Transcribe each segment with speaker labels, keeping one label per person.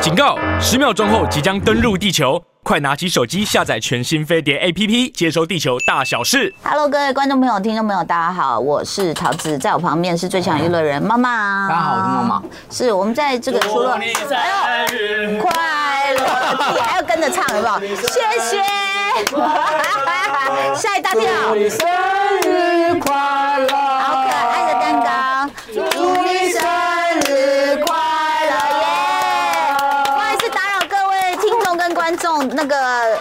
Speaker 1: 警告！十秒钟后即将登陆地球，快拿起手机下载全新飞碟 APP，接收地球大小事。
Speaker 2: Hello，各位观众朋友、听众朋友，大家好，我是桃子，在我旁边是最强娱乐人妈妈。
Speaker 3: 大家好我是妈妈。
Speaker 2: 是我们在这个除了哎呦快乐，自己还要跟着唱，有没有？谢谢， 吓一大跳，
Speaker 3: 生日快乐！
Speaker 2: 好可爱的蛋糕，祝你生日快乐耶！不好意思，打扰各位听众跟观众，那个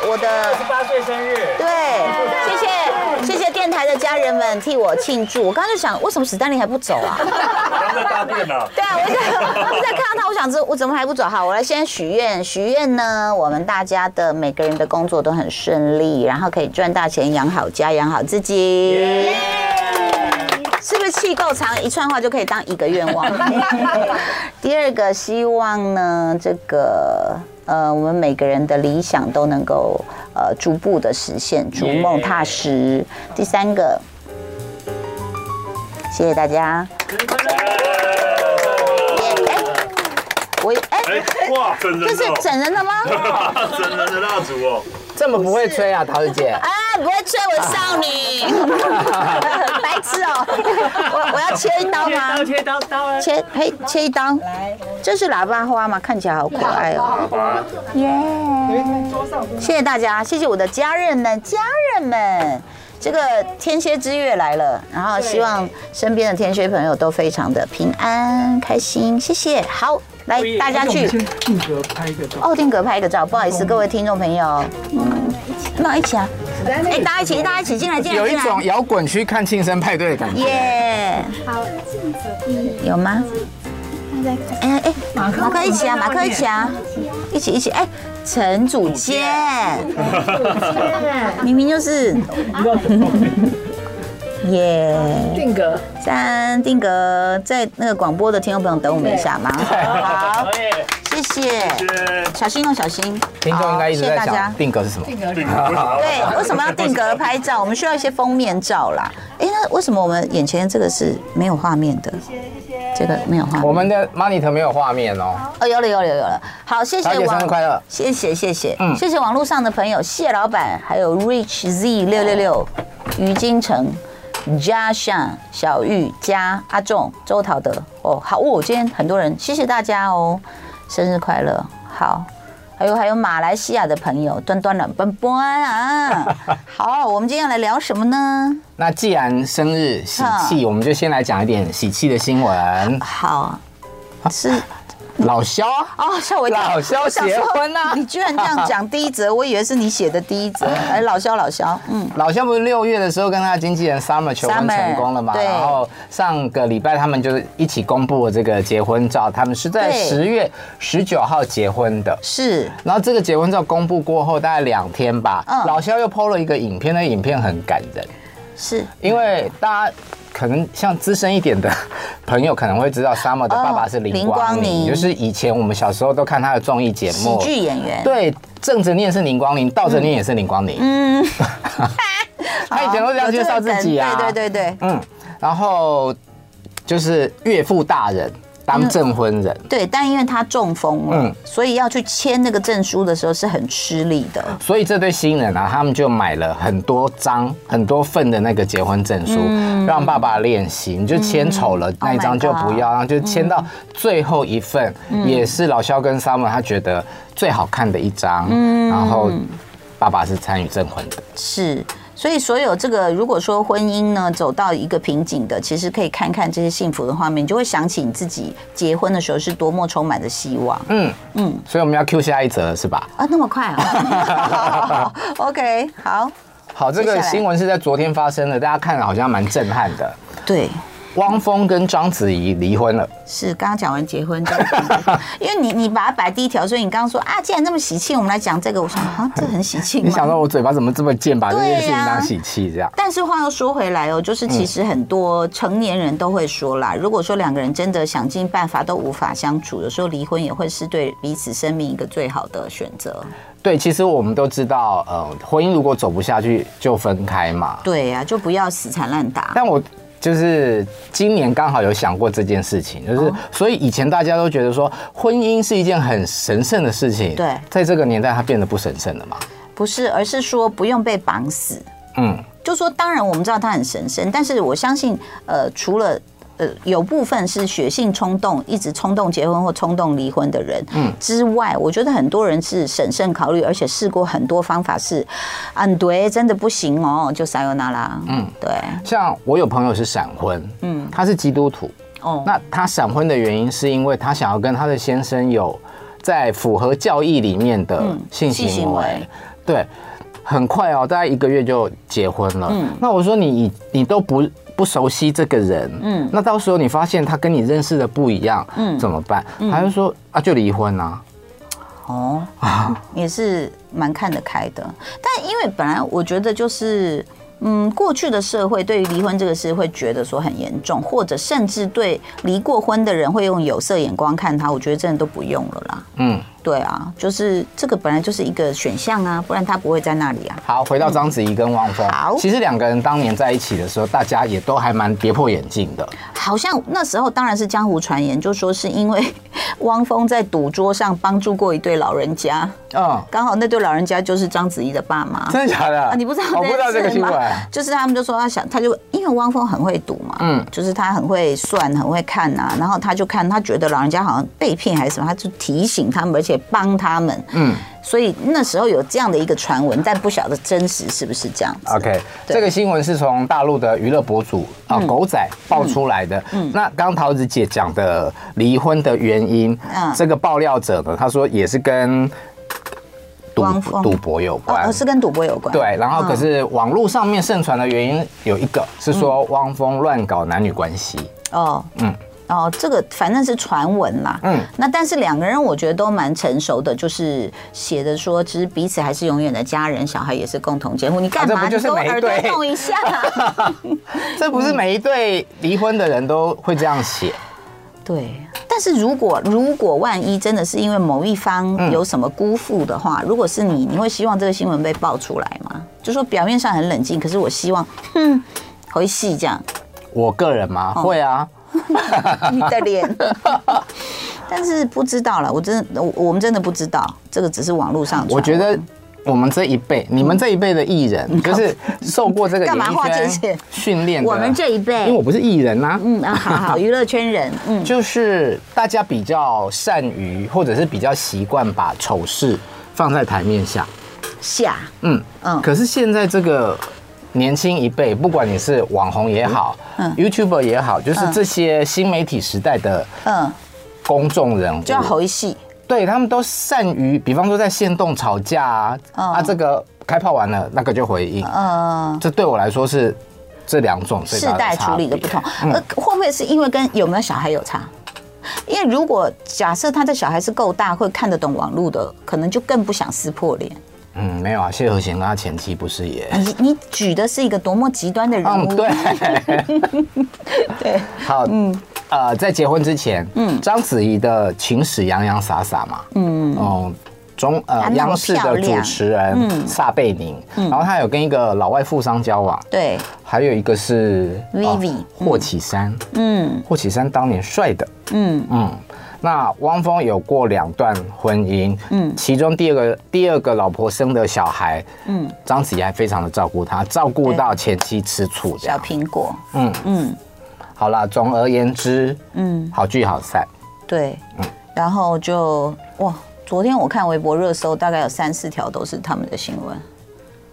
Speaker 2: 我的
Speaker 4: 八岁生日，
Speaker 2: 对，谢谢谢谢电台的家人们替我庆祝。我刚才就想，为什么史丹利还不走啊？
Speaker 4: 然后在大便呢。
Speaker 2: 对啊，我一直我一直在看到他，我想这我怎么还不走？好，我来先许愿。许愿呢，我们大家的每个人的工作都很顺利，然后可以赚大钱，养好家，养好自己。是不是气够长，一串话就可以当一个愿望？ 第二个希望呢，这个呃，我们每个人的理想都能够呃逐步的实现，逐梦踏实。第三个，谢谢大家。耶哎，我哎，
Speaker 4: 哎，哇，整
Speaker 2: 这
Speaker 4: 人
Speaker 2: 是整人的吗？
Speaker 4: 整人的蜡烛哦，
Speaker 3: 这么不会吹啊，桃子姐。
Speaker 2: 啊，不会催我少女， 白痴哦！我我要切一刀吗？
Speaker 4: 切刀刀啊！
Speaker 2: 切，嘿，切一刀。来，这是喇叭花吗？看起来好可爱哦。耶！谢谢大家，谢谢我的家人们，家人们。这个天蝎之月来了，然后希望身边的天蝎朋友都非常的平安开心，谢谢。好，来大家去哦
Speaker 5: 先定格拍一个照。
Speaker 2: 奥定格拍一个照，不好意思，各位听众朋友，嗯，那一起啊，哎，大家一起，大家一起进来，进来，
Speaker 3: 有一
Speaker 2: 进来
Speaker 3: 种。摇滚区看庆生派对的感觉。
Speaker 2: 耶
Speaker 6: 好，镜子一，
Speaker 2: 有吗？哎哎，马克马克一起啊，马克一起啊，一起一起哎，陈祖健，明明 就是，耶，定格三定格，在那个广播的听众朋友等我们一下嘛，好，谢谢，小心哦，小心，
Speaker 3: 听众应该一直
Speaker 2: 好谢
Speaker 3: 在
Speaker 2: 谢大家
Speaker 3: 想定格是什么？
Speaker 2: 对，为什么要定格拍照？我们需要一些封面照啦。哎，那为什么我们眼前这个是没有画面的？这个没有画面。
Speaker 3: 我们的 monitor 没有画面哦。
Speaker 2: 哦，有了有了有了有了，好，谢
Speaker 3: 桃
Speaker 2: 谢
Speaker 3: 姐生日快乐
Speaker 2: 谢谢谢谢，
Speaker 3: 嗯
Speaker 2: 谢谢网络上的朋友，谢老板，还有 Rich Z 六六六，于金城。加上小玉、加阿仲、周陶德，哦，好哦，今天很多人，谢谢大家哦，生日快乐，好，还有还有马来西亚的朋友，端端的奔波啊，好，我们今天要来聊什么呢？
Speaker 3: 那既然生日喜气，我们就先来讲一点喜气的新闻。
Speaker 2: 好，是
Speaker 3: 老肖啊，
Speaker 2: 哦，吓我一跳！
Speaker 3: 老肖结婚啊
Speaker 2: 我想说你居然这样讲第一则，我以为是你写的第一则。哎，老肖，老肖，嗯，
Speaker 3: 老肖不是六月的时候跟他的经纪人 Summer 求婚
Speaker 2: Summer，
Speaker 3: 成功了嘛？
Speaker 2: 对
Speaker 3: 然后上个礼拜他们就是一起公布了这个结婚照，他们是在
Speaker 2: 对
Speaker 3: 十月十九号结婚的。
Speaker 2: 是
Speaker 3: 然后这个结婚照公布过后，大概两天吧，
Speaker 2: 嗯
Speaker 3: 老肖又 PO 了一个影片，那影片很感人，
Speaker 2: 是，
Speaker 3: 因为大家可能像资深一点的朋友可能会知道，Summer 的爸爸是
Speaker 2: 哦林
Speaker 3: 林
Speaker 2: 光
Speaker 3: 光
Speaker 2: 宁
Speaker 3: 宁，就是以前我们小时候都看他的综艺节
Speaker 2: 喜
Speaker 3: 目，
Speaker 2: 剧演员。
Speaker 3: 对，正着念是林光宁，倒着念也是林光宁，
Speaker 2: 嗯， 哦
Speaker 3: 他以前都这样
Speaker 2: 有
Speaker 3: 介
Speaker 2: 个
Speaker 3: 绍自己啊，
Speaker 2: 梗对对对
Speaker 3: 嗯，然后就是岳父大人
Speaker 2: 嗯
Speaker 3: 当证婚人，
Speaker 2: 对对，但因为他中风了
Speaker 3: 嗯，
Speaker 2: 所以要去签那个证书的时候是很吃力的。
Speaker 3: 所以这对新人啊，他们就买了很多张、很多份的那个结婚证书，
Speaker 2: 嗯
Speaker 3: 让爸爸练习。你就签丑了那一
Speaker 2: Oh my
Speaker 3: 张
Speaker 2: God
Speaker 3: 就不要，然后就签
Speaker 2: 嗯
Speaker 3: 到最后一份，也是老肖跟 Summer 他觉得最好看的一张。
Speaker 2: 嗯
Speaker 3: 然后爸爸是参与证婚的，
Speaker 2: 是，所以所有这个，如果说婚姻呢走到一个瓶颈的，其实可以看看这些幸福的画面，你就会想起你自己结婚的时候是多么充满着希望。
Speaker 3: 嗯嗯，所以我们要 Q 下一则是吧？
Speaker 2: 啊，那么 快啊？OK，好，
Speaker 3: 好，这
Speaker 2: 接
Speaker 3: 个
Speaker 2: 下来
Speaker 3: 新闻是在昨天发生的，大家看了好像蛮震撼的。
Speaker 2: 对。
Speaker 3: 汪峰跟章子怡离婚了。
Speaker 2: 是，刚刚讲完结 婚，这样因为你你把它摆第一条，所以你刚刚说啊，既然这么喜庆，我们来讲这个。我想啊，这很喜庆吗。
Speaker 3: 你想说我嘴巴怎么这么贱，把这件事
Speaker 2: 对啊
Speaker 3: 情
Speaker 2: 呀
Speaker 3: 当喜气这样？
Speaker 2: 但是话又说回来哦，就是
Speaker 3: 嗯
Speaker 2: 其实很多成年人都会说啦，如果说两个人真的想尽办法都无法相处，有时候离婚也会是对彼此生命一个最好的选择。
Speaker 3: 对，其实我们都知道，呃，婚姻如果走不下去就分开嘛。
Speaker 2: 啊对呀、就不要死缠烂打。
Speaker 3: 但我就是今年刚好有想过这件事情，就是所以以前大家都觉得说婚姻是一件很神圣的事情，
Speaker 2: 对
Speaker 3: 在这个年代它变得不神圣了嘛，
Speaker 2: 不是，而是说不用被绑死。
Speaker 3: 嗯，
Speaker 2: 就说当然我们知道它很神圣，但是我相信，呃，除了呃有部分是血性冲动，一直冲动结婚或冲动离婚的人，嗯之外，我觉得很多人是审慎考虑，而且试过很多方法是，嗯对，真的不行哦，就撒由那拉，嗯，对，
Speaker 3: 像我有朋友是闪婚，嗯，他是基督徒，
Speaker 2: 哦，
Speaker 3: 那他闪婚的原因是因为他想要跟他的先生有在符合教义里面的性行
Speaker 2: 嗯性
Speaker 3: 为，
Speaker 2: 行为
Speaker 3: 对，很快哦，大概一个月就结婚了。
Speaker 2: 嗯
Speaker 3: 那我说你你都不不熟悉这个人，嗯，那到时候你发现他跟你认识的不一样，嗯，怎么办？他就说啊，就离婚啊。
Speaker 2: 哦，也是蛮看得开的。但因为本来我觉得就是，嗯，过去的社会对于离婚这个事会觉得说很严重，或者甚至对离过婚的人会用有色眼光看他，我觉得真的都不用了啦。
Speaker 3: 嗯，
Speaker 2: 对啊，就是这个本来就是一个选项啊，不然他不会在那里啊。
Speaker 3: 好，回到章子怡跟汪峰，
Speaker 2: 好
Speaker 3: 其实两个人当年在一起的时候，大家也都还蛮跌破眼镜的。
Speaker 2: 好像那时候当然是江湖传言，就说是因为汪峰在赌桌上帮助过一对老人家，
Speaker 3: 嗯，
Speaker 2: 刚好那对老人家就是章子怡的爸妈。
Speaker 3: 真的假的？
Speaker 2: 哦啊，你不知道
Speaker 3: 哦我不知道这个
Speaker 2: 件事
Speaker 3: 新
Speaker 2: 吗
Speaker 3: 闻。
Speaker 2: 就是他们就说他想，他就因为汪峰很会赌嘛，嗯
Speaker 3: 嗯，
Speaker 2: 就是他很会算，很会看啊，然后他就看，他觉得老人家好像被骗还是什么，他就提醒他们，而且帮他们，嗯，所以那时候有这样的一个传闻，但不晓得真实是不是这样子。哦
Speaker 3: OK，
Speaker 2: 对嗯
Speaker 3: 这个新闻是从大陆的娱乐博主啊、狗仔爆出来的。那刚桃子姐讲的离婚的原因，
Speaker 2: 嗯
Speaker 3: 这个爆料者呢，他说也是跟赌
Speaker 2: 汪峰
Speaker 3: 赌博有
Speaker 2: 哦，
Speaker 3: 关
Speaker 2: 哦。是跟赌博有关。
Speaker 3: 对，然后可
Speaker 2: 嗯
Speaker 3: 是网络上面盛传的原因有一个是说汪峰乱搞男女关系，
Speaker 2: 哦，嗯
Speaker 3: 嗯。
Speaker 2: 哦，这个反正是传闻啦，嗯
Speaker 3: 嗯，
Speaker 2: 那但是两个人我觉得都蛮成熟的，就是写的说，其实彼此还是永远的家人，小孩也是共同监护。你干嘛？
Speaker 3: 啊这不就是
Speaker 2: 你给我
Speaker 3: 每一
Speaker 2: 耳朵
Speaker 3: 对
Speaker 2: 动一下？啊
Speaker 3: 这不是每一对离婚的人都会这样写。
Speaker 2: 对，但是如果如果万一真的是因为某一方
Speaker 3: 嗯
Speaker 2: 有什么辜负的话，如果是你，你会希望这个新闻被爆出来吗？就说表面上很冷静，可是我希望，哼，回戏这样，
Speaker 3: 我个人嘛，
Speaker 2: 哦
Speaker 3: 会啊，
Speaker 2: 你的 脸。但是不知道了，我真的，我我们真的不知道，这个只是网络上传闻。
Speaker 3: 我觉得我们这一辈，你们这一辈的艺人，就是受过这个
Speaker 2: 干
Speaker 3: 演
Speaker 2: 嘛画界
Speaker 3: 艺
Speaker 2: 限
Speaker 3: 圈训练的。
Speaker 2: 我们这一辈
Speaker 3: 因为我不是艺人呐、
Speaker 2: 嗯啊，好 好，娱乐圈人，嗯，
Speaker 3: 就是大家比较善于，或者是比较习惯把丑事放在台面下。
Speaker 2: 下，
Speaker 3: 嗯
Speaker 2: 嗯
Speaker 3: 嗯。可是现在这个年轻一辈，不管你是网红也好、y o u t u b e r 也好，就是这些新媒体时代的
Speaker 2: 嗯，
Speaker 3: 公众人物，
Speaker 2: 就要回戏，
Speaker 3: 对他们都善于，比方说在线动吵架啊，啊这个开炮完了，那个就回应，
Speaker 2: 嗯。
Speaker 3: 这对我来说是这两种最
Speaker 2: 世
Speaker 3: 大的
Speaker 2: 代处理的
Speaker 3: 差别嗯
Speaker 2: 不同，呃，会不会是因为跟有没有小孩有差？因为如果假设他的小孩是够大，会看得懂网络的，可能就更不想撕破脸。
Speaker 3: 嗯，没有啊，谢和弦跟他前妻不是也，
Speaker 2: 你你举的是一个多么极端的人
Speaker 3: 嗯，
Speaker 2: 物，
Speaker 3: 对，
Speaker 2: 对，
Speaker 3: 好，嗯。呃，在结婚之前，嗯，章子怡的情史洋洋洒洒嘛，嗯，哦，中
Speaker 2: 她
Speaker 3: 呃
Speaker 2: 那么
Speaker 3: 央视
Speaker 2: 漂
Speaker 3: 的主
Speaker 2: 亮嗯
Speaker 3: 持人撒贝宁，然后她有跟一个老外富商交往，
Speaker 2: 对，
Speaker 3: 还有一个是
Speaker 2: Vivi，
Speaker 3: 哦霍启山，嗯，霍启山当年帅的，
Speaker 2: 嗯
Speaker 3: 嗯。那汪峰有过两段婚姻，嗯，其中第二个第二个老婆生的小孩，嗯，章子怡还非常的照顾他，照顾到前妻吃醋这
Speaker 2: 小
Speaker 3: 样。
Speaker 2: 苹果，
Speaker 3: 好啦，总而言之，嗯，好聚好散。
Speaker 2: 对，
Speaker 3: 嗯
Speaker 2: 然后就哇，昨天我看微博热搜，大概有三四条都是他们的新闻。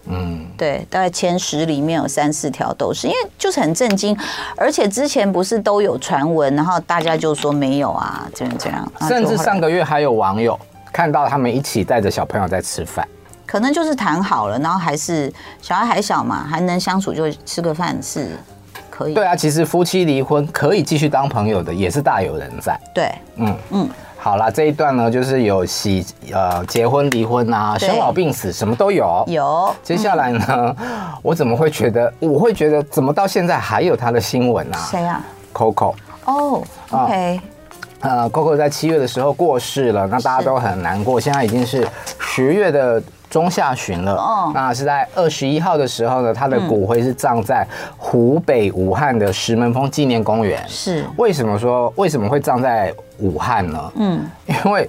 Speaker 2: 嗯，对，大概前十里面有三四条都是，因为就是很震惊，而且之前不是都有传闻，然后大家就说没有啊，这样这样，啊
Speaker 3: 甚
Speaker 2: 就
Speaker 3: 至
Speaker 2: 后来
Speaker 3: 上个月还有网友看到他们一起带着小朋友在吃饭，
Speaker 2: 可能就是谈好了，然后还是小孩还小嘛，还能相处就吃个饭是可以，
Speaker 3: 对啊，其实夫妻离婚可以继续当朋友的，也是大有人在。
Speaker 2: 对
Speaker 3: 嗯嗯，好啦，这一段呢，就是有喜呃结婚、离婚啊，
Speaker 2: 对
Speaker 3: 生老病死，什么都有。
Speaker 2: 有
Speaker 3: 接下来呢，
Speaker 2: 嗯
Speaker 3: 我怎么会觉得？我会觉得怎么到现在还有他的新闻啊
Speaker 2: 谁啊？
Speaker 3: ？Coco，
Speaker 2: 哦、o
Speaker 3: 啊
Speaker 2: k
Speaker 3: 呃，Coco 在七月的时候过世了，那大家都很难过。现在已经是十月的中下旬了。
Speaker 2: 哦
Speaker 3: 那是在二十一号的时候呢，他的骨灰是葬在湖北武汉的石门峰纪念公园。
Speaker 2: 是
Speaker 3: 为什么说为什么会葬在武汉呢？
Speaker 2: 嗯，
Speaker 3: 因为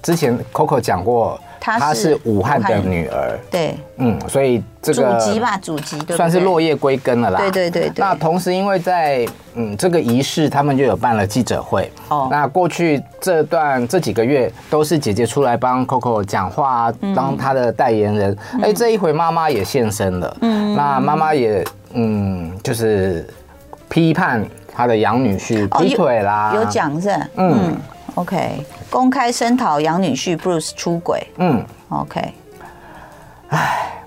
Speaker 3: 之前 Coco 讲过，
Speaker 2: 她是
Speaker 3: 她是武汉
Speaker 2: 武
Speaker 3: 的
Speaker 2: 汉人
Speaker 3: 女儿，
Speaker 2: 对，
Speaker 3: 嗯，所以这
Speaker 2: 祖
Speaker 3: 个
Speaker 2: 籍吧，祖籍对不对
Speaker 3: 算是落叶归根了啦。
Speaker 2: 对对对对
Speaker 3: 那同时，因为在嗯这个仪式，他们就有办了记者会。
Speaker 2: 哦
Speaker 3: 那过去这段这几个月都是姐姐出来帮 Coco 讲话、啊，
Speaker 2: 嗯
Speaker 3: 当她的代言人。哎、这一回妈妈也现身了。嗯，那妈妈也嗯就是批判她的养女婿
Speaker 2: 哦
Speaker 3: 劈腿啦，
Speaker 2: 有讲是，嗯，OK，公开声讨养女婿 Bruce 出轨
Speaker 3: 嗯，
Speaker 2: ，OK，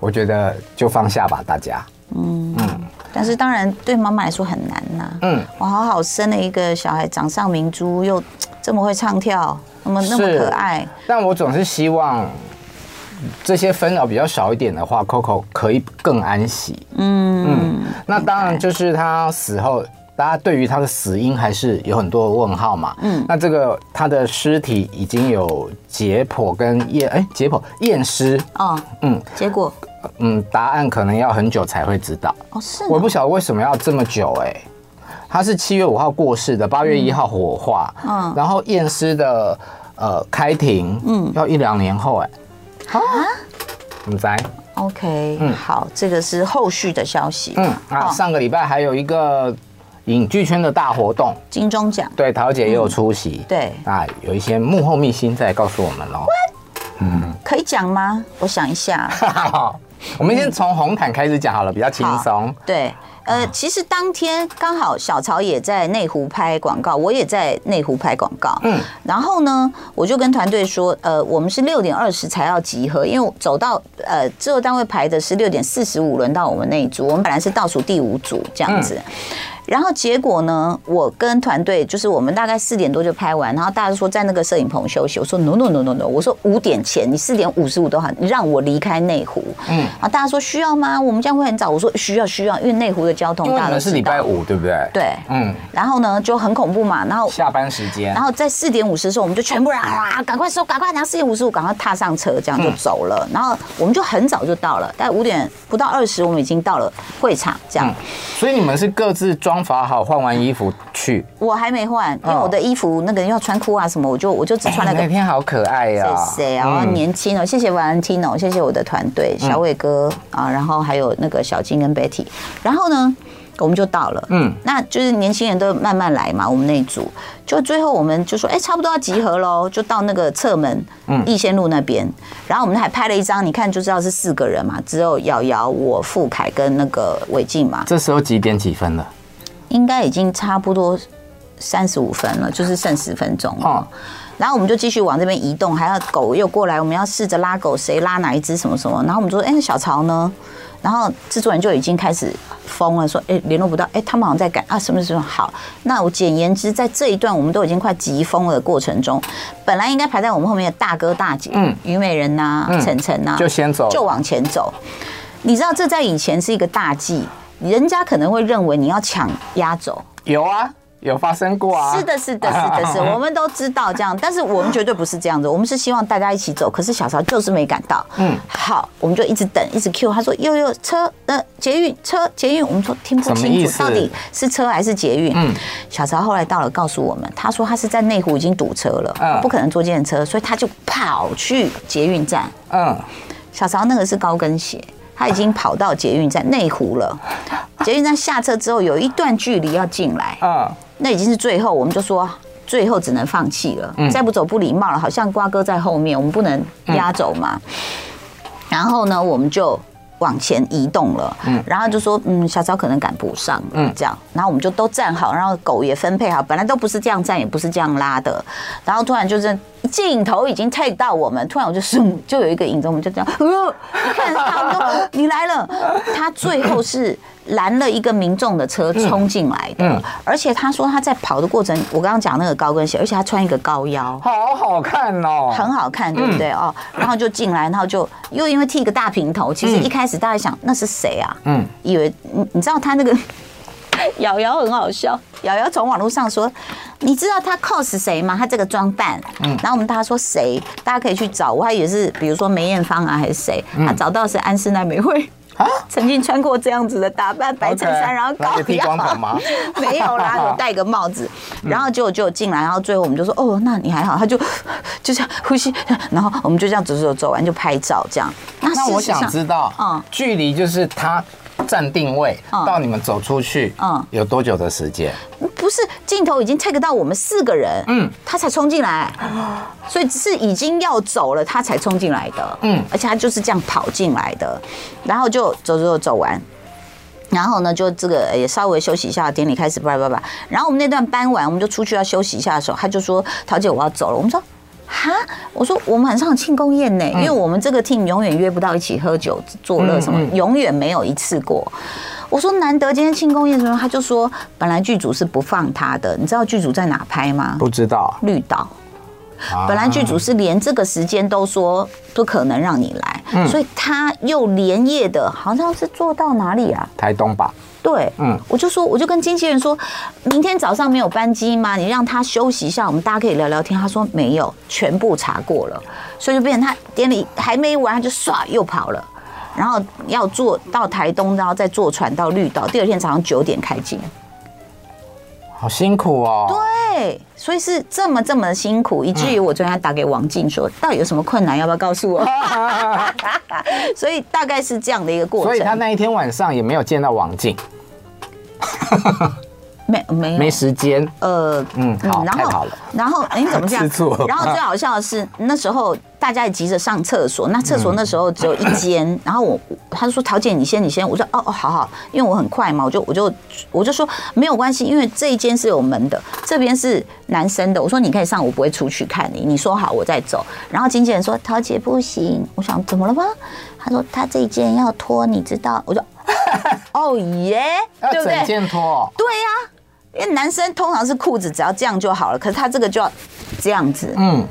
Speaker 3: 我觉得就放下吧，大家。
Speaker 2: 但是当然对妈妈来说很难呐、
Speaker 3: 嗯，
Speaker 2: 我好好生了一个小孩，掌上明珠，又这么会唱跳，那么那么
Speaker 3: 是
Speaker 2: 可爱，
Speaker 3: 但我总是希望这些纷扰比较少一点的话，Coco 可以更安息。嗯嗯，那当然就是他死后。大家对于他的死因还是有很多的问号嘛。嗯，那这个他的尸体已经有解剖跟验，哎、解剖验尸，
Speaker 2: 哦，
Speaker 3: 嗯
Speaker 2: 结果
Speaker 3: 嗯，答案可能要很久才会知道。
Speaker 2: 哦是
Speaker 3: 我
Speaker 2: 吗，
Speaker 3: 不晓得为什么要这么久哎、他是七月五号过世的，八月一号火化，
Speaker 2: 嗯
Speaker 3: 然后验尸的呃开庭，嗯，要一两年后哎、啊，你在
Speaker 2: OK，、好，这个是后续的消息，
Speaker 3: 嗯啊，
Speaker 2: 哦
Speaker 3: 上个礼拜还有一个影剧圈的大活动，
Speaker 2: 金钟奖，
Speaker 3: 对，桃姐也有出席，
Speaker 2: 嗯对
Speaker 3: 啊，有一些幕后秘辛在告诉我们喽。
Speaker 2: 可以讲吗？我想一下，
Speaker 3: 我们先从红毯开始讲好了，比较轻松
Speaker 2: 好。对，呃，其实当天刚好小曹也在内湖拍广告，我也在内湖拍广告。嗯，然后呢，我就跟团队说，呃，我们是六点二十才要集合，因为我走到呃制作单位排的是六点四十五轮到我们那一组，我们本来是倒数第五组这样子。然后结果呢？我跟团队就是我们大概四点多就拍完，然后大家就说在那个摄影棚休息。我说 no no no no no，我说五点前，你四点五十五都好，你让我离开内湖。嗯，啊，大家说需要吗？我们这样会很早。我说需要需要，因为内湖的交通
Speaker 3: 因为
Speaker 2: 大
Speaker 3: 我
Speaker 2: 家都
Speaker 3: 们是礼
Speaker 2: 知
Speaker 3: 拜
Speaker 2: 道。
Speaker 3: 五，对不对？，
Speaker 2: 对，
Speaker 3: 嗯，
Speaker 2: 然后呢就很恐怖嘛，然后
Speaker 3: 下班时间
Speaker 2: 然，后在四点五十的时候，我们就全部人啊，赶快收，赶快拿四点五十五，赶快踏上车，这样
Speaker 3: 嗯
Speaker 2: 就走了。然后我们就很早就到了，大概五点不到二十，我们已经到了会场，这样。
Speaker 3: 所以你们是各自装法好，换完衣服去。
Speaker 2: 我还没换，因为
Speaker 3: 哦
Speaker 2: 我的衣服那个要穿裤啊什么，我就我就只穿了
Speaker 3: 哎
Speaker 2: 个
Speaker 3: 那天好可爱呀、
Speaker 2: 谢谢啊，
Speaker 3: 嗯
Speaker 2: 年轻哦，谢谢 Valentino，谢谢我的团队，小伟哥啊，然后还有那个小金跟 Betty，然后呢，我们就到了，嗯
Speaker 3: 嗯，
Speaker 2: 那就是年轻人都慢慢来嘛，我们那一组，就最后我们就说，哎，差不多要集合喽，就到那个侧门，嗯，逸仙路那边，然后我们还拍了一张，你看就知道是四个人嘛，只有瑶瑶、我、傅凯跟那个伟静嘛，
Speaker 3: 这时候几点几分了？
Speaker 2: 应该已经差不多三十五分了，就是剩十分钟了
Speaker 3: 哦。
Speaker 2: 然后我们就继续往这边移动，还要狗又过来，我们要试着拉狗，谁拉哪一只什么什么。然后我们就说，哎、那小曹呢？然后制作人就已经开始疯了，说，哎、联络不到，哎、他们好像在赶啊，什么什么好。那我简言之，在这一段我们都已经快急疯了的过程中，本来应该排在我们后面的大哥大姐，嗯，虞美人呐、
Speaker 3: 嗯
Speaker 2: 晨晨呐，
Speaker 3: 就先走
Speaker 2: 啊就往前走。你知道这在以前是一个大忌，人家可能会认为你要抢压轴。
Speaker 3: 有啊，有发生过啊。
Speaker 2: 是的，是的，是的，是， 我们都知道这样，但是我们绝对不是这样子，我们是希望大家一起走，可是小曹就是没赶到。嗯，好，我们就一直等，一直 Q，他说又又车，呃，捷运车捷运，我们说听不
Speaker 3: 什么
Speaker 2: 清
Speaker 3: 意
Speaker 2: 楚
Speaker 3: 思
Speaker 2: 到底是车还是捷运。嗯，小曹后来到了，告诉我们，他说他是在内湖已经堵车了
Speaker 3: 嗯，
Speaker 2: 不可能坐电车，所以他就跑去捷运站。
Speaker 3: 嗯，
Speaker 2: 小曹那个是高跟鞋，他已经跑到捷运站内湖了。捷运站下车之后有一段距离要进来，
Speaker 3: 嗯，
Speaker 2: 那已经是最后，我们就说最后只能放弃了，再不走不礼貌了，好像瓜哥在后面，我们不能压走嘛。然后呢，我们就往前移动了，然后就说，嗯，小曹可能赶不上，嗯，这样，然后我们就都站好，然后狗也分配好，本来都不是这样站，也不是这样拉的，然后突然就是镜头已经 take 到我们，突然我就瞬就有一个影子，我们就这样，呃，一看到他，我们说你来了，他最后是拦了一个民众的车冲进来的，而且他说他在跑的过程，我刚刚讲那个高跟鞋，而且他穿一个高腰。
Speaker 3: 好好看哦。嗯
Speaker 2: 很好看，对不对、哦？然后就进来，然后就又因为剃个大平头，其实一开始大家想、那是谁啊？嗯
Speaker 3: 嗯，
Speaker 2: 以为你你知道他那个瑶瑶很好笑，瑶瑶从网络上说你知道他 cos 谁吗？他这个装扮，
Speaker 3: 嗯
Speaker 2: 然后我们大家说谁，大家可以去找，我还以为是比如说梅艳芳啊还是谁，
Speaker 3: 嗯
Speaker 2: 他找到是安室奈美惠。 曾经穿过这样子的打扮，白衬
Speaker 3: 啊 OK，
Speaker 2: 衫，然后
Speaker 3: 那
Speaker 2: 高
Speaker 3: 就剃
Speaker 2: 腰
Speaker 3: 光头吗
Speaker 2: 没有啦，有戴个帽子，
Speaker 3: 嗯
Speaker 2: 然后结果就进来，然后最后我们就说，哦，那你还好，他就就这样呼吸，然后我们就这样走走走完就拍照这样。那
Speaker 3: 那我
Speaker 2: 事实上
Speaker 3: 想知道，
Speaker 2: 嗯
Speaker 3: 距离就是他站定位
Speaker 2: 嗯
Speaker 3: 到你们走出去，
Speaker 2: 嗯
Speaker 3: 有多久的时间？
Speaker 2: 不是镜头已经 take 到我们四个人，嗯，他才冲进来，所以只是已经要走了，他才冲进来的，嗯
Speaker 3: 嗯，
Speaker 2: 而且他就是这样跑进来的，然后就走走走完。然后呢，就这个也稍微休息一下，典礼开始，叭叭叭。然后我们那段搬完，我们就出去要休息一下的时候，他就说：“桃姐，我要走了。”我们说：“哈？”我说：“我们晚上有庆功宴呢，因为我们这个 team 永远约不到一起喝酒作乐什么，永远没有一次过。”我说：“难得今天庆功宴的时候，他就说本来剧组是不放他的，你知道剧组在哪拍吗？
Speaker 3: 不知道，
Speaker 2: 绿岛。”
Speaker 3: 啊
Speaker 2: 本来剧组是连这个时间都说不可能让你来，
Speaker 3: 嗯
Speaker 2: 所以他又连夜的，好像是做到哪里啊？
Speaker 3: 台东吧，
Speaker 2: 对，嗯
Speaker 3: 嗯，
Speaker 2: 我就说，我就跟经纪人说，明天早上没有班机吗？你让他休息一下，我们大家可以聊聊天。他说没有，全部查过了，所以就变成他典礼还没完，他就唰又跑了，然后要坐到台东，然后再坐船到绿岛，第二天早上九点开机。
Speaker 3: 好辛苦哦。
Speaker 2: 对，所以是这么这么辛苦，以至于我昨天还打给王静
Speaker 3: 嗯
Speaker 2: 说，到底有什么困难，要不要告诉 我？所以大概是这样的一个过程。
Speaker 3: 所以他那一天晚上也没有见到王静，
Speaker 2: 没没有
Speaker 3: 没时间。
Speaker 2: 呃，
Speaker 3: 嗯好
Speaker 2: 然
Speaker 3: 太
Speaker 2: 后
Speaker 3: 好了
Speaker 2: 然后哎，你怎么这样
Speaker 3: 吃醋了？吧
Speaker 2: 然后最好笑的是那时候大家也急着上厕所，那厕
Speaker 3: 嗯
Speaker 2: 所那时候只有一间，然后我他就说桃姐你先你先，我说哦哦好好，因为我很快嘛，我就我就我就说没有关系，因为这一间是有门的，这边是男生的，我说你可以上，我不会出去看你，你说好我再走。然后经纪人说桃姐不行，我想怎么了吗？他说他这一间要脱，你知道？我就 哦耶，
Speaker 3: 要
Speaker 2: 对不对
Speaker 3: 啊整？件脱，哦
Speaker 2: 对呀、因为男生通常是裤子只要这样就好了，可是他这个就要这样子，
Speaker 3: 嗯，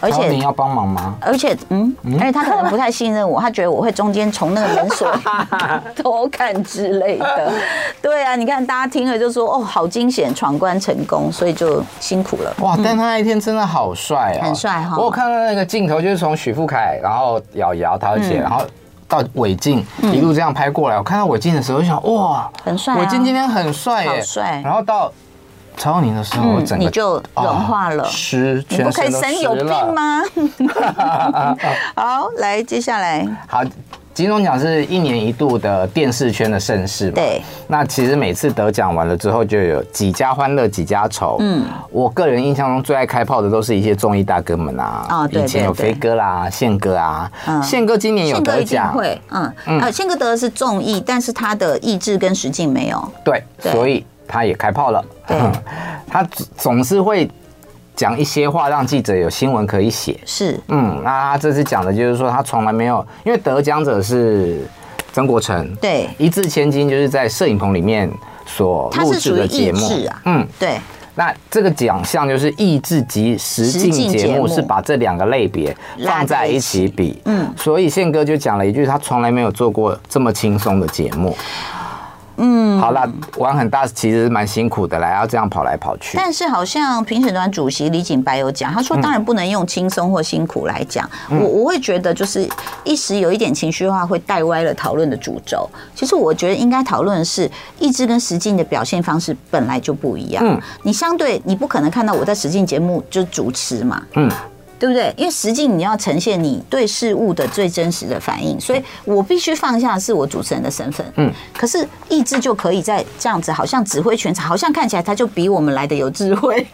Speaker 2: 而
Speaker 3: 然后你
Speaker 2: 且
Speaker 3: 要帮忙吗？
Speaker 2: 而且嗯，而且他可能不太信任我，他觉得我会中间从那个门 锁偷看之类的。对啊，你看大家听了就说哦，好惊险，闯关成功，所以就辛苦了。
Speaker 3: 哇！但他那一天真的好帅哦，
Speaker 2: 嗯很帅哈
Speaker 3: 我有看到那个镜头，就是从许富凯，然后瑶瑶、桃姐，
Speaker 2: 嗯
Speaker 3: 然后到韦静一路这样拍过来。我看到韦静的时候，就想哇，
Speaker 2: 很嗯帅啊
Speaker 3: 韦静今天很帅耶，
Speaker 2: 好帅
Speaker 3: 然后到曹永宁的时候，
Speaker 2: 嗯
Speaker 3: 我整个
Speaker 2: 你就融化了
Speaker 3: 啊湿，
Speaker 2: 你
Speaker 3: 全
Speaker 2: 不可以
Speaker 3: 身都
Speaker 2: 神有
Speaker 3: 湿
Speaker 2: 病
Speaker 3: 了？
Speaker 2: 吗？ 好，来接下来，
Speaker 3: 好，金钟奖是一年一度的电视圈的盛事嘛。
Speaker 2: 对。
Speaker 3: 那其实每次得奖完了之后，就有几家欢乐几家愁。嗯，我个人印象中最爱开炮的都是一些综艺大哥们啊。
Speaker 2: 哦对
Speaker 3: 以前有
Speaker 2: 对对
Speaker 3: 飞哥啦、宪哥啊
Speaker 2: 嗯。
Speaker 3: 宪哥今年有
Speaker 2: 宪哥
Speaker 3: 得
Speaker 2: 一定
Speaker 3: 奖，
Speaker 2: 会，嗯，呃，宪哥得的是综艺，但是他的意志跟实境没有，
Speaker 3: 对，
Speaker 2: 对
Speaker 3: 所以他也开炮了。
Speaker 2: 对
Speaker 3: 他总总是会讲一些话，让记者有新闻可以写。
Speaker 2: 是
Speaker 3: 嗯，那他这次讲的就是说，他从来没有，因为得奖者是曾国成，
Speaker 2: 对
Speaker 3: 一掷千金就是在摄影棚里面所
Speaker 2: 它
Speaker 3: 录
Speaker 2: 是
Speaker 3: 制
Speaker 2: 属于
Speaker 3: 的节
Speaker 2: 益
Speaker 3: 目
Speaker 2: 智啊，
Speaker 3: 嗯，
Speaker 2: 对，
Speaker 3: 那这个奖项就是益智及实
Speaker 2: 实境
Speaker 3: 境节目，
Speaker 2: 节目
Speaker 3: 是把这两个类别
Speaker 2: 拉
Speaker 3: 放在
Speaker 2: 在一
Speaker 3: 一起
Speaker 2: 起
Speaker 3: 比，嗯，所以宪哥就讲了一句，他从来没有做过这么轻松的节目。嗯，好啦，玩很大其实蛮辛苦的啦，要这样跑来跑去。
Speaker 2: 但是好像评审团主席李锦白有讲，他说
Speaker 3: 嗯
Speaker 2: 当然不能用轻松或辛苦来讲，我我会觉得就是一时有一点情绪化会带歪了讨论的主轴。其实我觉得应该讨论的是意志跟实境的表现方式本来就不一样，
Speaker 3: 嗯
Speaker 2: 你相对你不可能看到我在实境节目就主持嘛，
Speaker 3: 嗯，
Speaker 2: 对不对？因为实际你要呈现你对事物的最真实的反应，所以我必须放下是我主持人的身份。嗯，可是意志就可以在这样子，好像指挥全场，好像看起来他就比我们来的有智慧。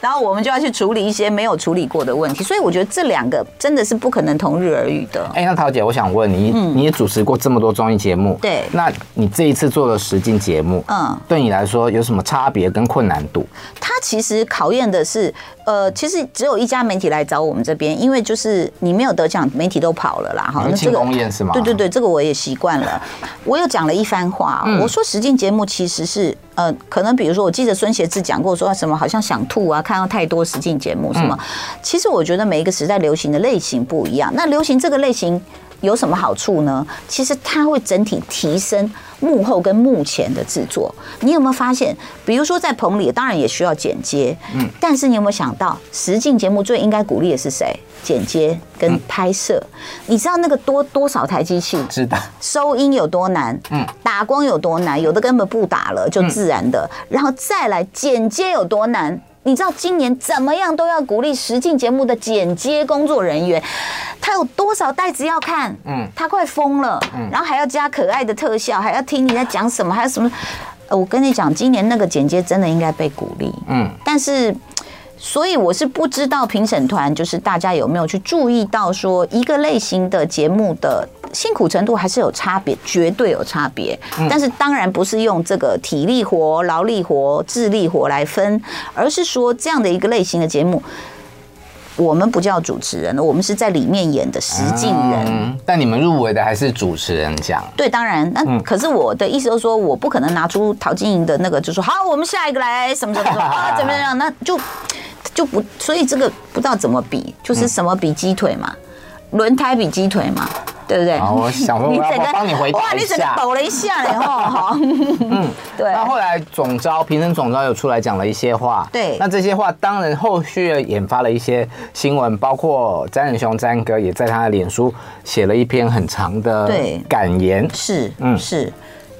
Speaker 2: 然后我们就要去处理一些没有处理过的问题，所以我觉得这两个真的是不可能同日而语的。
Speaker 3: 哎、那桃姐，我想问你，你也主持过这么多综艺节目，
Speaker 2: 嗯对
Speaker 3: 那你这一次做了实境节目，
Speaker 2: 嗯
Speaker 3: 嗯，对你来说有什么差别跟困难度？
Speaker 2: 它其实考验的是，呃，其实只有一家媒体来找我们这边，因为就是你没有得奖，媒体都跑了啦，哈
Speaker 3: 你们庆功宴是吗
Speaker 2: 对对对，这个我也习惯 了。我又讲了一番话，
Speaker 3: 嗯
Speaker 2: 我说实境节目其实是，呃，可能比如说，我记得孙协志讲过说什么好像想吐啊，看到太多
Speaker 3: 嗯
Speaker 2: 实境节目什么。其实我觉得每一个时代流行的类型不一样，那流行这个类型。有什么好处呢？其实它会整体提升幕后跟幕前的制作。你有没有发现？比如说在棚里，当然也需要剪接，嗯，但是你有没有想到，实境节目最应该鼓励的是谁？剪接跟拍摄。你知道那个多多少台机器？
Speaker 3: 知道。
Speaker 2: 收音有多难，嗯，打光有多难，有的根本不打了，就自然的，然后再来剪接有多难。你知道今年怎么样都要鼓励实境节目的剪接工作人员，他有多少袋子要看？嗯
Speaker 3: 嗯，
Speaker 2: 他快疯了，然后还要加可爱的特效，还要听你在讲什么，还有什么？呃我跟你讲，今年那个剪接真的应该被鼓励，嗯
Speaker 3: 嗯，
Speaker 2: 但是。所以我是不知道评审团就是大家有没有去注意到，说一个类型的节目的辛苦程度还是有差别，绝对有差别。但是当然不是用这个体力活、劳力活、智力活来分，而是说这样的一个类型的节目，我们不叫主持人了，我们是在里面演的实境人。
Speaker 3: 嗯，但你们入围的还是主持人奖。
Speaker 2: 对，当然，
Speaker 3: 嗯
Speaker 2: 那可是我的意思就是说，我不可能拿出陶晶莹的那个，就说好，我们下一个来什么什么什么 啊，怎么样？那就就不，所以这个不知道怎么比，就是什么比鸡腿嘛，轮胎比鸡腿嘛，对不对？
Speaker 3: 好，我 想说我要我帮你回
Speaker 2: 哇，
Speaker 3: 答一
Speaker 2: 你整个
Speaker 3: 下。
Speaker 2: 抖了一下嘞，哈， 哈对
Speaker 3: 那后来总招评审总招有出来讲了一些话，
Speaker 2: 对
Speaker 3: 那这些话当然后续引发了一些新闻，包括詹仁雄詹哥也在他的脸书写了一篇很长的
Speaker 2: 对
Speaker 3: 感言。
Speaker 2: 是，
Speaker 3: 嗯
Speaker 2: 是，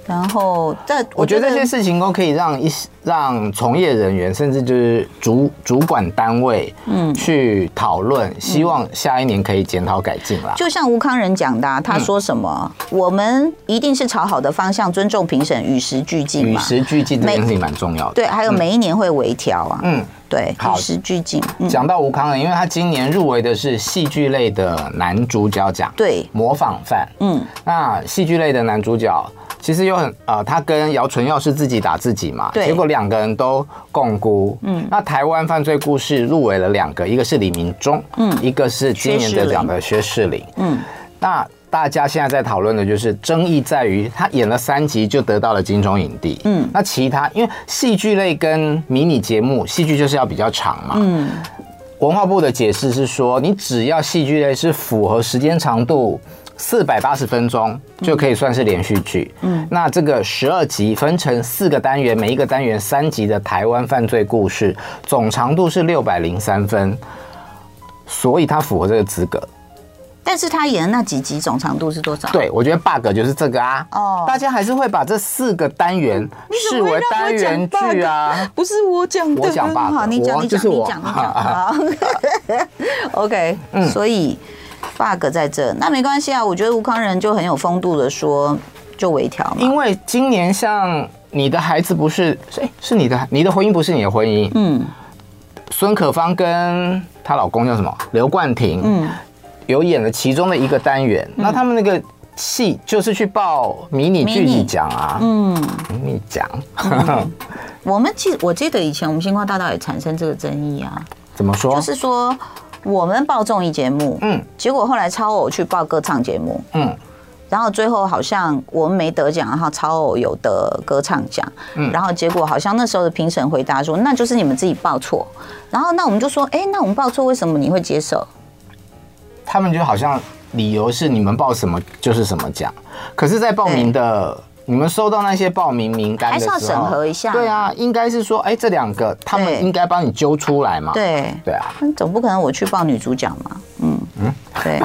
Speaker 2: 然后这
Speaker 3: 我觉得这些事情都可以让一些让从业人员，甚至就是主主管单位，嗯，去讨论，希望下一年可以检讨改进啦。
Speaker 2: 嗯就像吴康仁讲的啊、
Speaker 3: 嗯
Speaker 2: 他说什么？我们一定是朝好的方向，尊重评审，与时俱进
Speaker 3: 与
Speaker 2: 嘛。
Speaker 3: 时俱进这件
Speaker 2: 每
Speaker 3: 事情蛮重要的。
Speaker 2: 对，还有每一年会微调啊。
Speaker 3: 嗯，
Speaker 2: 对，
Speaker 3: 好
Speaker 2: 与时俱进。嗯，
Speaker 3: 讲到吴康仁，因为他今年入围的是戏剧类的男主角奖，
Speaker 2: 对
Speaker 3: 模仿犯。
Speaker 2: 嗯，
Speaker 3: 那戏剧类的男主角其实有很呃，他跟姚纯耀是自己打自己嘛，
Speaker 2: 对
Speaker 3: 结果两个人都共辜。嗯，那台湾犯罪故事入围了两个，一个是李明忠，嗯，一个是今年得奖的薛仕凌。嗯，那。大家现在在讨论的就是争议在于他演了三集就得到了金钟影帝，嗯，那其他因为戏剧类跟迷你节目，戏剧就是要比较长嘛，嗯，文化部的解释是说，你只要戏剧类是符合时间长度四百八十分钟，就可以算是连续剧。嗯，那这个十二集分成四个单元，每一个单元三集的台湾犯罪故事，总长度是六百零三分，所以它符合这个资格。
Speaker 2: 但是他演的那几集总长度是多少？，
Speaker 3: 对，我觉得 bug 就是这个啊。
Speaker 2: 哦
Speaker 3: 哦，大家还是会把这四个单元视为单元剧啊。
Speaker 2: 不是我讲的，
Speaker 3: 我讲 bug，
Speaker 2: 好，你讲，
Speaker 3: 我
Speaker 2: 你
Speaker 3: 这
Speaker 2: 讲，
Speaker 3: 是
Speaker 2: 你
Speaker 3: 我嗯
Speaker 2: 讲，你讲。好 ，OK，所以 bug 在这，那没关系啊。我觉得吴康仁就很有风度的说，就微调嘛。
Speaker 3: 因为今年像你的孩子不是，哎，是你的，你的婚姻不是你的婚姻，
Speaker 2: 嗯，
Speaker 3: 孙可芳跟她老公叫什么刘冠廷，嗯，有演了其中的一个单元。那他们那个戏就是去报迷你
Speaker 2: 迷
Speaker 3: 剧
Speaker 2: 你
Speaker 3: 集奖啊，嗯，迷你奖，
Speaker 2: 我们记，我记得以前我们星光大道也产生这个争议啊，
Speaker 3: 怎么说？
Speaker 2: 就是说我们报综艺节目，
Speaker 3: 哦嗯
Speaker 2: 结果后来超偶去报歌唱节目，
Speaker 3: 嗯，
Speaker 2: 然后最后好像我们没得奖，然后超偶有得歌唱奖，
Speaker 3: 嗯
Speaker 2: 然后结果好像那时候的评审回答说，那就是你们自己报错，然后那我们就说，哎，那我们报错为什么你会接受？
Speaker 3: 他们就好像理由是你们报什么就是什么奖，可是，在报名的。你们收到那些报名名单的时候，
Speaker 2: 还是要审核一下
Speaker 3: 对啊，应该是说，哎、这两个他
Speaker 2: 对
Speaker 3: 们应该帮你揪出来嘛。
Speaker 2: 对，
Speaker 3: 对啊，
Speaker 2: 那总不可能我去报女主角嘛，嗯嗯， 对，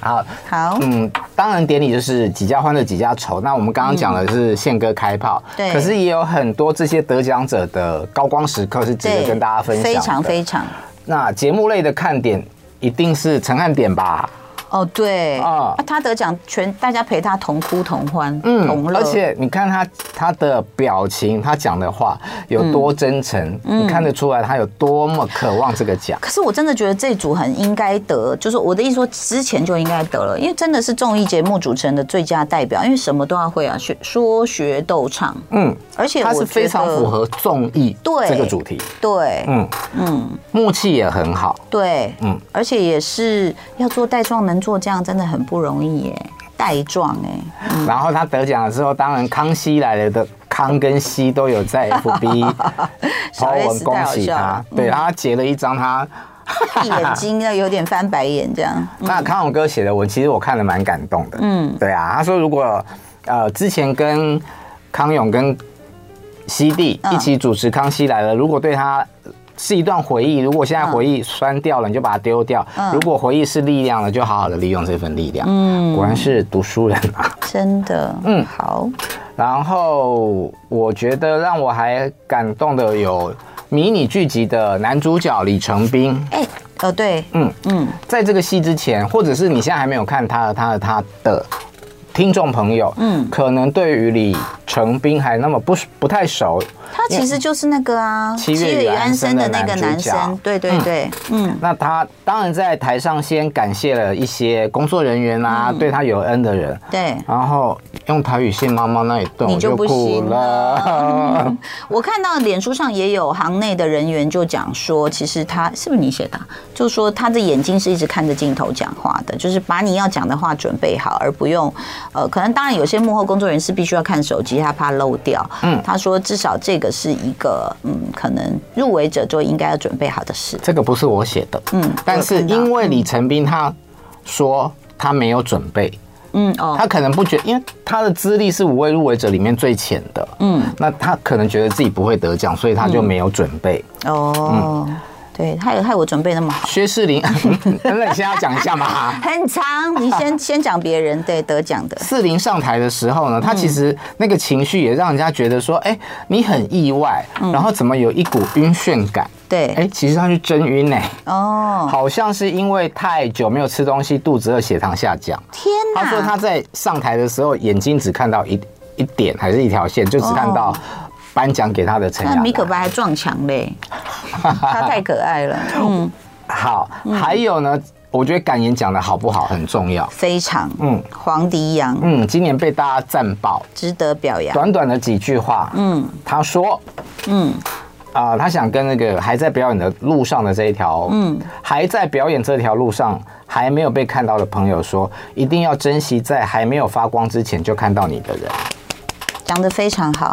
Speaker 3: 好，
Speaker 2: 好，
Speaker 3: 嗯，当然典礼就是几家欢乐几家愁。那我们刚刚讲的是宪哥开炮，
Speaker 2: 对
Speaker 3: 可是也有很多这些得奖者的高光时刻是值得跟大家分享的。
Speaker 2: 非常非常，
Speaker 3: 那节目类的看点一定是陈汉典吧？
Speaker 2: 哦对，
Speaker 3: 啊嗯
Speaker 2: 啊他得奖全大家陪他同哭同欢，同乐，
Speaker 3: 而且你看他他的表情，他讲的话有多真
Speaker 2: 嗯
Speaker 3: 诚，你看得出来他有多么渴望这个奖。
Speaker 2: 可是我真的觉得这组很应该得，就是我的意思说之前就应该得了，因为真的是综艺节目主持人的最佳代表，因为什么都要会啊，学说学逗唱，
Speaker 3: 嗯，
Speaker 2: 而且
Speaker 3: 他
Speaker 2: 我
Speaker 3: 是非常
Speaker 2: 觉得
Speaker 3: 符合综艺
Speaker 2: 对
Speaker 3: 这个主题，
Speaker 2: 对，
Speaker 3: 嗯嗯，默契也很好。
Speaker 2: 对，嗯
Speaker 3: 嗯，
Speaker 2: 而且也是要做带状，能做这样真的很不容易耶， 带状哎，
Speaker 3: 然后他得奖了之后，当然《康熙来了》的康跟熙都有在 FB
Speaker 2: 小
Speaker 3: 抛
Speaker 2: S
Speaker 3: 文恭喜
Speaker 2: 太好笑嗯
Speaker 3: 他
Speaker 2: 了，
Speaker 3: 对，然后他截了一张他
Speaker 2: 闭眼睛要有点翻白眼这样。
Speaker 3: 那康永哥写的文，其实我看了蛮感动的。嗯，对啊，他说如果呃之前跟康永跟西弟
Speaker 2: 嗯
Speaker 3: 一起主持《康熙来了》，如果对他是一段回忆，如果现在回忆酸掉了，你就把它丢掉；如果回忆是力量了，就好好的利用这份力量。嗯，果然是读书人啊。
Speaker 2: 真的，嗯，好，
Speaker 3: 然后我觉得让我还感动的有迷你剧集的男主角李成斌，
Speaker 2: 哎、哦对，
Speaker 3: 在这个戏之前，或者是你现在还没有看他的他的他的听众朋友，嗯，可能对于李成斌还那么不不太熟。
Speaker 2: 他其实就是那个啊，
Speaker 3: 七月与安生的
Speaker 2: 那个男
Speaker 3: 男主
Speaker 2: 生
Speaker 3: 角，
Speaker 2: 对对对，嗯，
Speaker 3: 那他当然在台上先感谢了一些工作人员啊，
Speaker 2: 嗯
Speaker 3: 对他有恩的人，
Speaker 2: 对。
Speaker 3: 然后用台语谢妈妈那一段
Speaker 2: 你
Speaker 3: 我
Speaker 2: 就
Speaker 3: 就
Speaker 2: 不
Speaker 3: 哭
Speaker 2: 行
Speaker 3: 了。
Speaker 2: 我看到脸书上也有行内的人员就讲说，其实他是不是你写的啊、就说他的眼睛是一直看着镜头讲话的，就是把你要讲的话准备好，而不用，呃，可能当然有些幕后工作人员是必须要看手机，他怕漏掉。嗯，他说至少这个是一个，嗯，可能入围者就应该要准备好的事。
Speaker 3: 这个不是我写的，
Speaker 2: 嗯
Speaker 3: 但
Speaker 2: 我
Speaker 3: 是
Speaker 2: 有看到
Speaker 3: 因为李成斌他说他没有准备，
Speaker 2: 嗯哦，
Speaker 3: 他可能不觉，因为他的资历是五位入围者里面最浅的，嗯，那他可能觉得自己不会得奖，所以他就没有准备。
Speaker 2: 哦，对，害害我准备那么好，
Speaker 3: 嗯薛 士林，等等，你先要讲一下嘛。
Speaker 2: 很长。你 先先讲别人对得奖的，
Speaker 3: 四零上台的时候呢，他其实那个情绪也让人家觉得说，哎、你很意外，然后怎么有一股晕眩感？
Speaker 2: 对
Speaker 3: 哎、其实他是真晕哎、
Speaker 2: 哦，
Speaker 3: 好像是因为太久没有吃东西，肚子饿，血糖下降。
Speaker 2: 天哪！
Speaker 3: 他说他在上台的时候，眼睛只看到一一点还是一条线，就只看到颁奖给哦他的陈
Speaker 2: 那
Speaker 3: 雅
Speaker 2: 米可
Speaker 3: 兰。
Speaker 2: 白还撞墙 嘞，他太可爱了，嗯，
Speaker 3: 好，还有呢，我觉得感言讲的好不好很重要。
Speaker 2: 非常，嗯
Speaker 3: 嗯，
Speaker 2: 黄迪阳
Speaker 3: 嗯，今年被大家赞爆，
Speaker 2: 值得表扬，
Speaker 3: 短短的几句话，嗯，他说，
Speaker 2: 嗯
Speaker 3: 嗯。啊、他想跟那个还在表演的路上的这一条，嗯，还在表演这条路上还没有被看到的朋友说，一定要珍惜在还没有发光之前就看到你的人，
Speaker 2: 讲得非常好，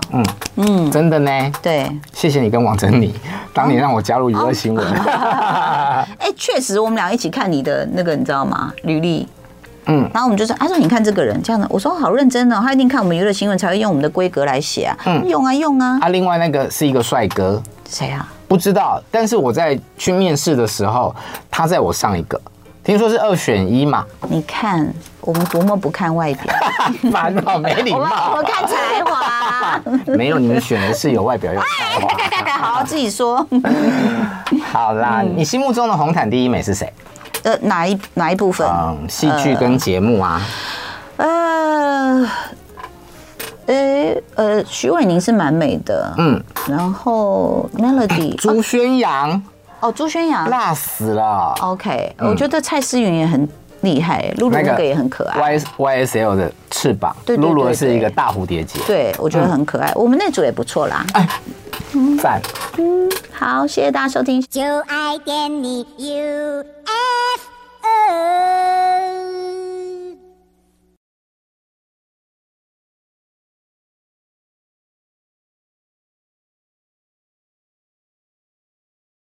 Speaker 3: 嗯真的呢。
Speaker 2: 对，
Speaker 3: 谢谢你跟王珍妮，当年让我加入娱乐新 闻。
Speaker 2: 哎，确实我们俩一起看你的那个，你知道吗？履历。嗯
Speaker 3: 嗯，
Speaker 2: 然后我们就说，他说你看这个人这样的，我说好认真哦，他一定看我们娱乐新闻才会用我们的规格来写啊，用啊用啊，
Speaker 3: 啊，另外那个是一个帅哥，
Speaker 2: 谁啊？
Speaker 3: 不知道，但是我在去面试的时候，他在我上一个，听说是二选一嘛，
Speaker 2: 你看我们多么不看外表，
Speaker 3: 烦哦，没礼
Speaker 2: 我们 我
Speaker 3: 貌
Speaker 2: 们。看才华，
Speaker 3: 没有，你们选的是有外表有才华。
Speaker 2: 大概好自己说，哎
Speaker 3: 好啦，
Speaker 2: 嗯
Speaker 3: 你心目中的红毯第一美是谁？
Speaker 2: 呃，哪一哪一部分？
Speaker 3: 嗯，戏剧跟节目啊，
Speaker 2: 呃，呃呃，徐伟宁是蛮美的，嗯，
Speaker 3: 嗯，
Speaker 2: 然后 Melody
Speaker 3: 朱宣阳
Speaker 2: 哦，朱宣阳
Speaker 3: 辣死了。
Speaker 2: 哦，OK，我觉得蔡思芸也很厉害，露露那个也很可爱，
Speaker 3: Y Y S L 的翅膀，
Speaker 2: 对对对
Speaker 3: 露露
Speaker 2: 对
Speaker 3: 是一个大蝴蝶结，
Speaker 2: 对我觉得很可爱，我们那组也不错啦。
Speaker 3: 赞。
Speaker 2: 好，谢谢大家收听。
Speaker 5: 就爱点你 UFO。